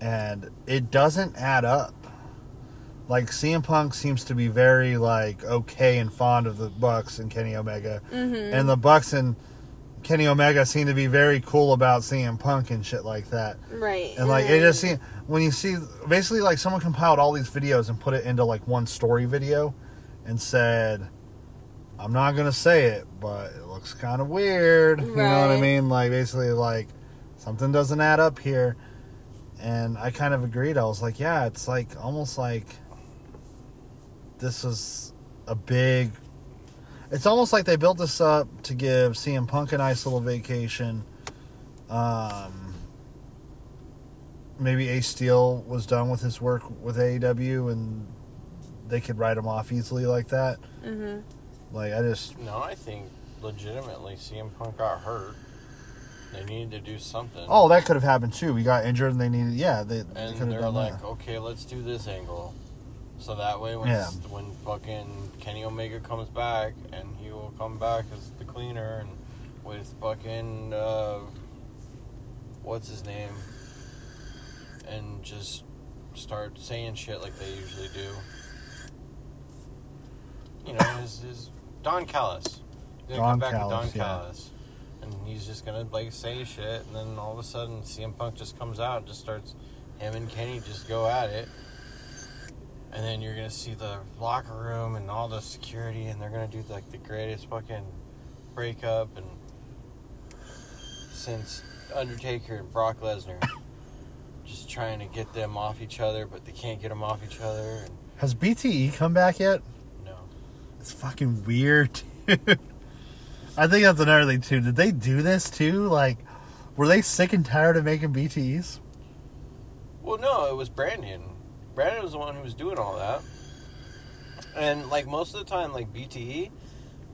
Speaker 2: and it doesn't add up. Like CM Punk seems to be very like okay and fond of the Bucks and Kenny Omega, and the Bucks and Kenny Omega seem to be very cool about CM Punk and shit like that.
Speaker 1: Right.
Speaker 2: And like it just seemed when you see basically like someone compiled all these videos and put it into like one story video and said I'm not gonna say it, but it looks kinda weird. (laughs) You know what I
Speaker 1: Right.
Speaker 2: mean? Like basically like something doesn't add up here. And I kind of agreed. I was like, yeah, it's like almost like this was a big it's almost like they built this up to give CM Punk a nice little vacation. Um, maybe Ace Steel was done with his work with AEW and they could write him off easily like that.
Speaker 1: Mm-hmm.
Speaker 2: Like, I just,
Speaker 3: No, I think legitimately CM Punk got hurt. They needed to do something.
Speaker 2: oh, that could have happened too. We got injured and they needed, yeah, they, they could
Speaker 3: and
Speaker 2: have
Speaker 3: they're
Speaker 2: done
Speaker 3: like,
Speaker 2: that.
Speaker 3: okay, let's do this angle. So that way, when
Speaker 2: Yeah.
Speaker 3: when fucking Kenny Omega comes back, and he will come back as the cleaner, and with fucking uh, what's his name, and just start saying shit like they usually do. You know, is is Don Callis? He's gonna
Speaker 2: Don
Speaker 3: come back
Speaker 2: Callis,
Speaker 3: with Don
Speaker 2: yeah.
Speaker 3: Callis, and he's just gonna like say shit, and then all of a sudden CM Punk just comes out, and just starts him and Kenny just go at it. And then you're gonna see the locker room and all the security, and they're gonna do like the greatest fucking breakup and since Undertaker and Brock Lesnar, just trying to get them off each other, but they can't get them off each other. And
Speaker 2: Has BTE come back yet?
Speaker 3: no,
Speaker 2: It's fucking weird, dude. (laughs) I think that's another thing too. Did they do this too? Like, were they sick and tired of making BTEs?
Speaker 3: well, no, it was Brandon. Brandon was the one who was doing all that. And like most of the time, like BTE,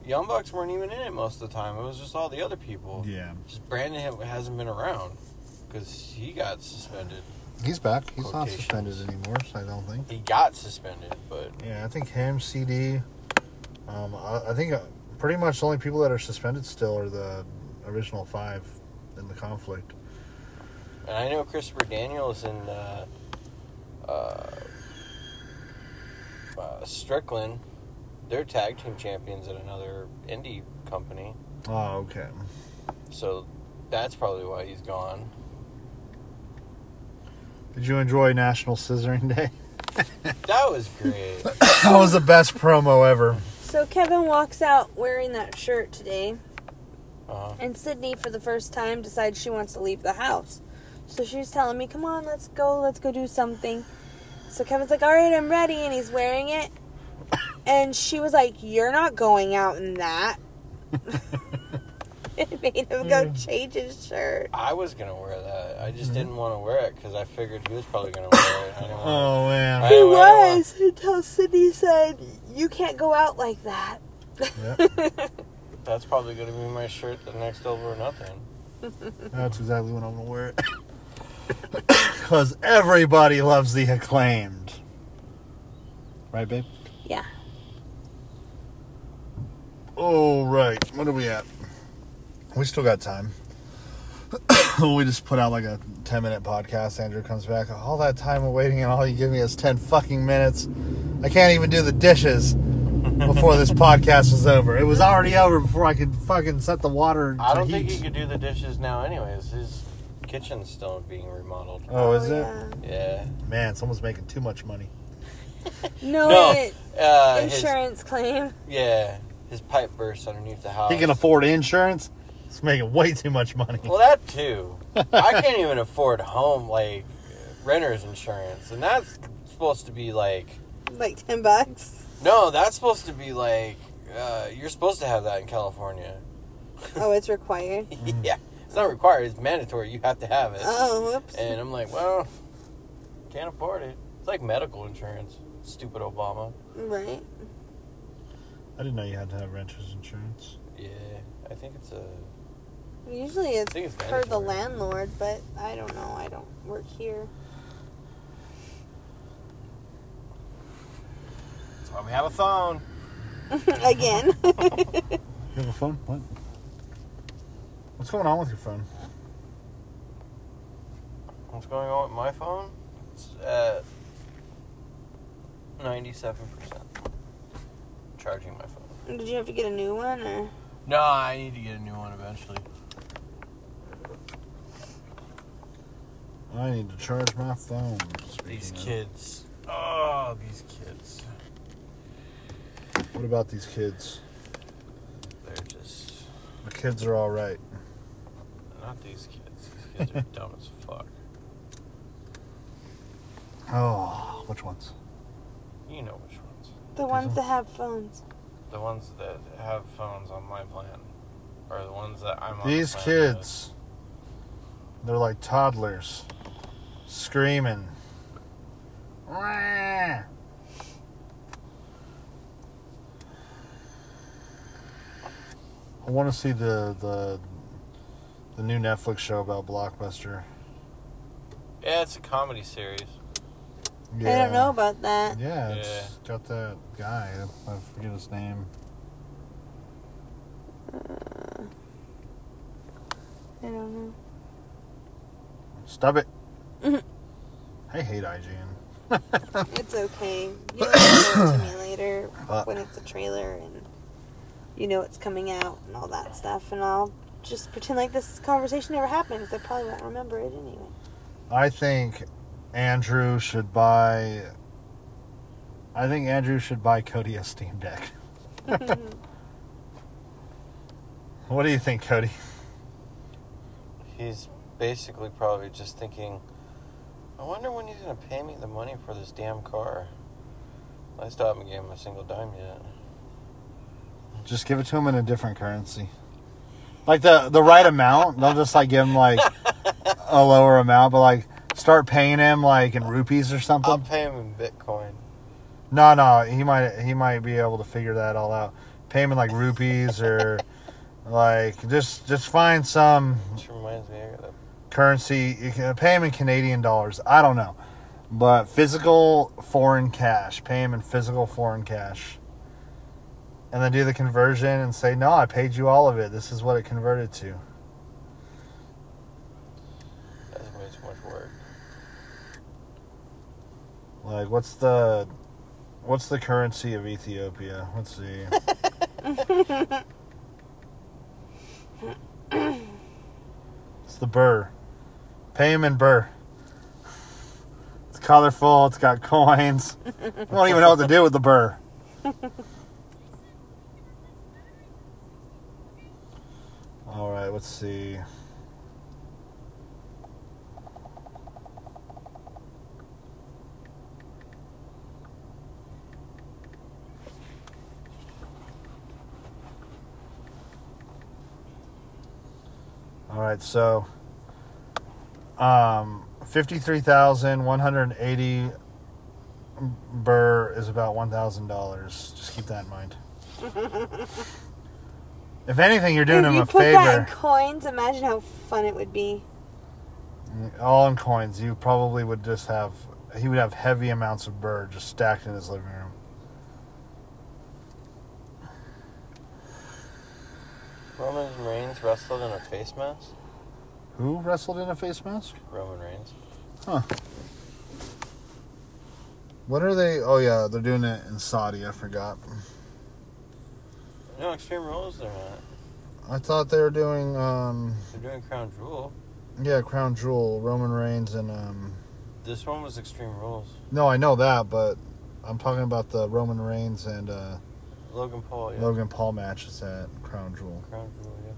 Speaker 3: Young Bucks weren't even in it most of the time. It was just all the other people.
Speaker 2: Yeah.
Speaker 3: Just Brandon ha- hasn't been around because he got suspended.
Speaker 2: He's back. He's not
Speaker 3: Quotations.
Speaker 2: suspended anymore, so I don't think.
Speaker 3: He got suspended, but
Speaker 2: Yeah, I think him, CD. Um, I, I think uh, pretty much the only people that are suspended still are the original five in the conflict.
Speaker 3: and I know Christopher Daniels and uh, uh, uh, Strickland, they're tag team champions at another indie company,
Speaker 2: Oh, okay.
Speaker 3: so that's probably why he's gone.
Speaker 2: Did you enjoy National Scissoring Day? (laughs)
Speaker 3: That was great.
Speaker 2: that was the best promo ever.
Speaker 1: So Kevin walks out wearing that shirt today,
Speaker 3: Uh,
Speaker 1: and Sydney, for the first time, decides she wants to leave the house. So she was telling me, "Come on, let's go, let's go do something." So Kevin's like, "All right, I'm ready," and he's wearing
Speaker 3: (coughs)
Speaker 1: it. And she was like, "You're not going out in
Speaker 3: (laughs)
Speaker 1: that." it made him go change his shirt.
Speaker 3: I was gonna wear that. I
Speaker 2: Mm-hmm.
Speaker 3: just didn't want to wear it because I figured he was probably gonna wear it. I didn't wanna-
Speaker 2: Oh man.
Speaker 3: I
Speaker 1: He
Speaker 3: know, I know.
Speaker 1: was until Sydney said, "You can't go out like that." (laughs)
Speaker 3: That's probably gonna be my shirt the next over nothing.
Speaker 2: That's exactly when I'm gonna wear (coughs) it. Cause everybody loves the acclaimed. Right, babe?
Speaker 1: Yeah.
Speaker 2: All right, what are we at? We still got time. (coughs) we just put out like a 10 minute podcast. Andrew comes back. All that time of waiting, and all you give me is 10 fucking minutes. I can't even do the dishes before
Speaker 3: (laughs)
Speaker 2: this podcast was over. It was already over before I could fucking set the water to
Speaker 3: I don't
Speaker 2: heat.
Speaker 3: think he could do the dishes now, anyways. His kitchen's still being remodeled.
Speaker 2: oh, is
Speaker 1: yeah.
Speaker 3: Yeah.
Speaker 2: it? Man, someone's making too much money.
Speaker 1: No,
Speaker 3: No.
Speaker 1: it-
Speaker 3: Uh, his,
Speaker 1: insurance claim.
Speaker 3: yeah. His pipe burst underneath the house.
Speaker 2: He can afford insurance. He's making way too much money. (laughs)
Speaker 3: Well, that too. I can't even afford home like renter's insurance, and that's supposed to be like
Speaker 1: Like ten bucks.
Speaker 3: no, that's supposed to be like uh, you're supposed to have that in California.
Speaker 1: Oh, it's required.
Speaker 3: (laughs) yeah, it's not required; it's mandatory. You have to have it.
Speaker 1: Oh, whoops.
Speaker 3: And I'm like, well, can't afford it. It's like medical insurance. Stupid Obama.
Speaker 1: Right.
Speaker 2: I didn't know you had to have renter's insurance.
Speaker 3: Yeah, I think it's a.
Speaker 1: Usually it's,
Speaker 3: think it's
Speaker 1: per the
Speaker 3: mandatory.
Speaker 1: landlord, but I don't know. I don't work
Speaker 3: (laughs)
Speaker 1: here. (laughs)
Speaker 3: That's why we have a phone. (laughs)
Speaker 1: Again. (laughs)
Speaker 2: You have a phone? What? What's going on with your phone?
Speaker 3: What's going on with my phone? It's at ninety-seven percent charging my phone.
Speaker 1: Did you have to get a new one or?
Speaker 3: No, I need to get a new one eventually.
Speaker 2: I need to charge my phone.
Speaker 3: These
Speaker 2: Speaking of-
Speaker 3: kids. Oh, these kids.
Speaker 2: What about these kids?
Speaker 3: They're just
Speaker 2: The kids are all right.
Speaker 3: not these kids. These kids (laughs) are dumb as fuck.
Speaker 2: Oh, which ones?
Speaker 3: You know which ones.
Speaker 1: The ones that have phones.
Speaker 3: The ones that have phones on my plan. Or the ones that I'm on.
Speaker 2: These
Speaker 3: plan with.
Speaker 2: kids. They're like toddlers, screaming. Wah. I want to see the the the new Netflix show about Blockbuster.
Speaker 3: Yeah, it's a comedy series.
Speaker 1: I don't know about that.
Speaker 2: Yeah, it's got that guy. I forget his name.
Speaker 1: Uh, I don't know.
Speaker 2: Stop it.
Speaker 1: Mm-hmm.
Speaker 2: I hate IGN. (laughs)
Speaker 1: It's okay. You will show it to me later
Speaker 2: Fuck.
Speaker 1: when it's a trailer and you know it's coming out and all that stuff, and I'll just pretend like this conversation never happened because I probably won't remember it anyway.
Speaker 2: I think Andrew should buy. I think Andrew should buy Cody a Steam Deck. (laughs) what do you think, Cody?
Speaker 3: He's basically probably just thinking, I wonder when he's gonna pay me the money for this damn car. I still haven't given him a single dime yet.
Speaker 2: Just give it to him in a different currency, like the the right amount. Don't just like give him like a lower amount, but like start paying him like in rupees or something.
Speaker 3: I'll pay him in Bitcoin.
Speaker 2: No, no, he might he might be able to figure that all out. Payment like rupees or like just just find some
Speaker 3: Which reminds me, I gotta
Speaker 2: currency. You can pay him in Canadian dollars. I don't know, but physical foreign cash. Pay him in physical foreign cash, and then do the conversion and say, "No, I paid you all of it. This is what it converted to."
Speaker 3: That's way too much work.
Speaker 2: Like, what's the what's the currency of Ethiopia? Let's see. it's the burr. Pay him in burr. It's colorful. It's got coins. I don't even know what to do with the burr. All right, let's see. All right, so um, 53,180 burr is about $1,000. Just keep that in mind.
Speaker 1: (laughs)
Speaker 2: if anything, you're
Speaker 1: if
Speaker 2: doing him
Speaker 1: you
Speaker 2: a
Speaker 1: put that in
Speaker 2: favor.
Speaker 1: coins, imagine how fun it would be.
Speaker 2: All in coins, you probably would just have, he would have heavy amounts of burr just stacked in his living room.
Speaker 3: Roman Reigns wrestled in a face mask.
Speaker 2: Who wrestled in a face mask?
Speaker 3: Roman Reigns.
Speaker 2: What are they? Oh, yeah, they're doing it in Saudi. I forgot.
Speaker 3: No, Extreme Rules, they're not.
Speaker 2: I thought they were doing, um,
Speaker 3: They're doing Crown Jewel.
Speaker 2: yeah, Crown Jewel, Roman Reigns, and, um,
Speaker 3: This one was Extreme Rules.
Speaker 2: No, I know that, but I'm talking about the Roman Reigns and uh,
Speaker 3: Logan Paul, yeah.
Speaker 2: Logan Paul matches at Crown Jewel.
Speaker 3: Crown Jewel, yeah.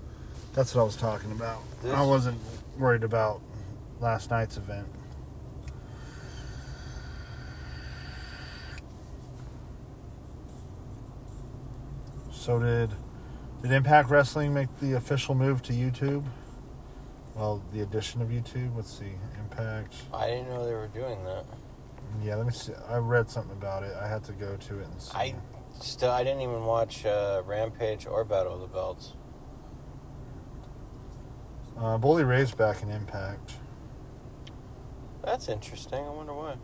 Speaker 2: That's what I was talking about.
Speaker 3: This-
Speaker 2: I wasn't worried about last night's event. So did did Impact Wrestling make the official move to YouTube? Well, the addition of YouTube. Let's see, Impact.
Speaker 3: I didn't know they were doing that.
Speaker 2: Yeah, let me see. I read something about it. I had to go to it and see.
Speaker 3: I still, I didn't even watch uh, Rampage or Battle of the Belts.
Speaker 2: Uh, Bully Ray's back in Impact.
Speaker 3: That's interesting. I wonder why.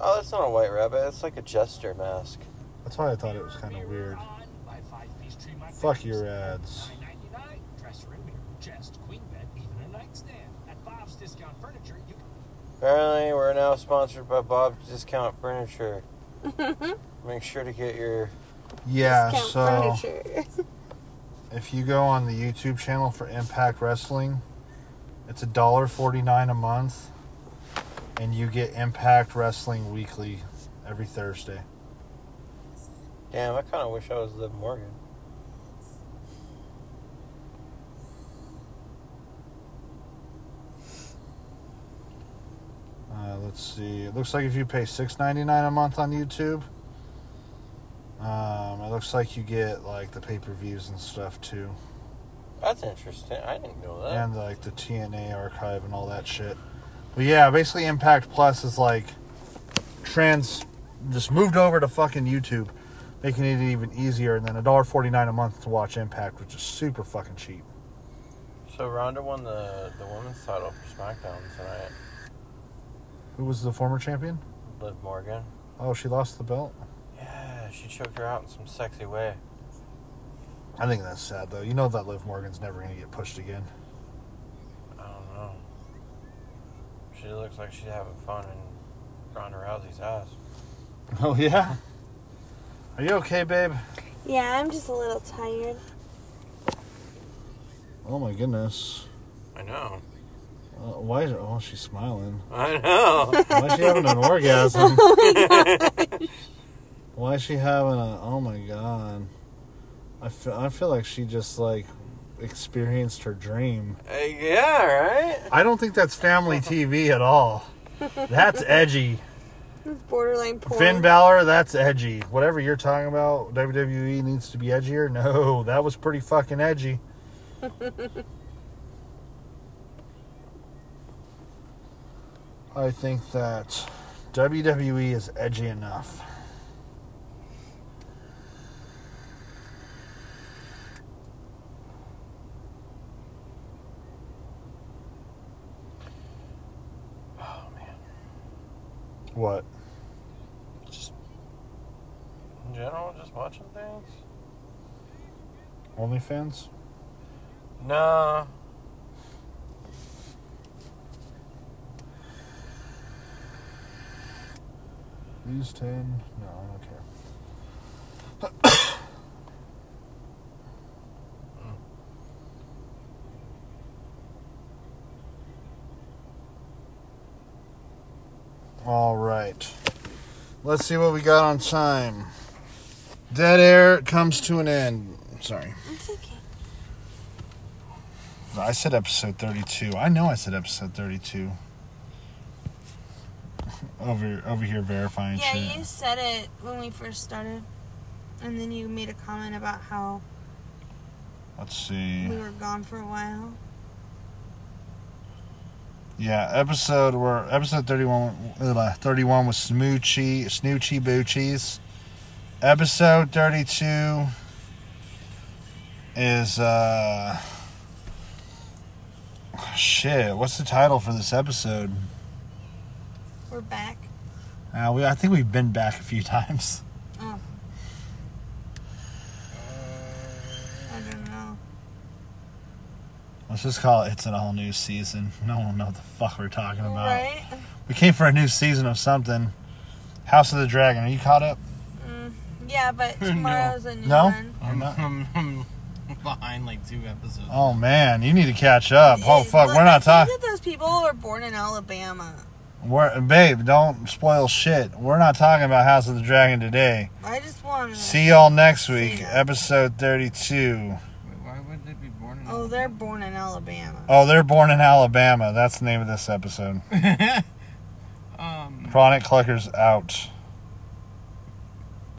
Speaker 3: Oh, that's not a white rabbit. That's like a jester mask.
Speaker 2: That's why I thought it was kind of weird. Fuck your ads.
Speaker 3: Apparently, we're now sponsored by Bob's Discount Furniture. Make sure to get your.
Speaker 2: Yeah,
Speaker 1: Discount
Speaker 2: so
Speaker 1: furniture. (laughs)
Speaker 2: if you go on the YouTube channel for Impact Wrestling, it's a dollar forty nine a month, and you get Impact Wrestling weekly every Thursday.
Speaker 3: Damn, I kind of wish I was Liv Morgan.
Speaker 2: Uh, let's see. It looks like if you pay six ninety nine a month on YouTube, um, it looks like you get like the pay per views and stuff too.
Speaker 3: That's interesting. I didn't know that.
Speaker 2: and like the TNA archive and all that shit. But yeah, basically Impact Plus is like trans just moved over to fucking YouTube, making it even easier and then a dollar forty nine a month to watch Impact, which is super fucking cheap.
Speaker 3: So Ronda won the the women's title for SmackDown tonight.
Speaker 2: Who was the former champion?
Speaker 3: Liv Morgan.
Speaker 2: Oh, she lost the belt.
Speaker 3: Yeah, she choked her out in some sexy way.
Speaker 2: I think that's sad though. You know that Liv Morgan's never gonna get pushed again.
Speaker 3: I don't know. She looks like she's having fun in Ronda Rousey's house.
Speaker 2: (laughs) Oh yeah? Are you okay, babe?
Speaker 1: yeah, I'm just a little tired.
Speaker 2: Oh my goodness.
Speaker 3: I know. (laughs)
Speaker 2: Uh, why is oh she's smiling?
Speaker 3: I know. (laughs)
Speaker 2: Why is she having an orgasm? Why is she having a? Oh my god! I feel, I feel like she just like experienced her dream.
Speaker 3: Uh, yeah, right?
Speaker 2: I don't think that's family TV at all. That's edgy.
Speaker 1: It's borderline porn.
Speaker 2: Finn Balor, that's edgy. Whatever you're talking about, WWE needs to be edgier. (laughs) No, that was pretty fucking edgy. I think that WWE is edgy enough.
Speaker 3: Oh, man.
Speaker 2: What?
Speaker 3: Just. In general, just watching things?
Speaker 2: OnlyFans?
Speaker 3: Nah.
Speaker 2: These 10? No, I don't care. (coughs) All right. Let's see what we got on time. Dead air comes to an end. Sorry.
Speaker 1: It's okay.
Speaker 2: I said episode 32. I know I said episode 32. Over over here verifying
Speaker 1: Yeah,
Speaker 2: shit.
Speaker 1: you said it when we first started, and then you made a comment about how
Speaker 2: Let's see.
Speaker 1: We were gone for a while.
Speaker 2: Yeah, episode where episode 31, uh, 31 was Smoochie, Snoochie Boochies. Episode 32 is, uh, shit, what's the title for this episode?
Speaker 1: We're back.
Speaker 2: Uh, we, I think we've been back a few (laughs) times.
Speaker 1: Oh. I don't know.
Speaker 2: Let's just call it It's an All New Season. No one will know what the fuck we're talking about.
Speaker 1: Right?
Speaker 2: We came for a new season of something. House of the Dragon. Are you caught up?
Speaker 1: Yeah, but tomorrow's a new
Speaker 2: (laughs) No?
Speaker 1: one.
Speaker 2: You're
Speaker 8: I'm,
Speaker 2: not?
Speaker 8: (laughs) I'm, I'm behind like two episodes.
Speaker 2: Oh man, you need to catch up. Oh
Speaker 1: Hey,
Speaker 2: fuck,
Speaker 1: look,
Speaker 2: we're
Speaker 1: I
Speaker 2: not
Speaker 1: think
Speaker 2: talking.
Speaker 1: that Those people were born in Alabama.
Speaker 2: We're babe, don't spoil shit. We're not talking about House of the Dragon today.
Speaker 1: I just want to.
Speaker 2: See y'all next week,
Speaker 1: See ya.
Speaker 2: episode thirty-two.
Speaker 8: Wait, why would they be born in
Speaker 1: Oh, they're born in Alabama.
Speaker 2: Oh, they're born in Alabama. That's the name of this episode.
Speaker 8: um,
Speaker 2: Chronic Cluckers out.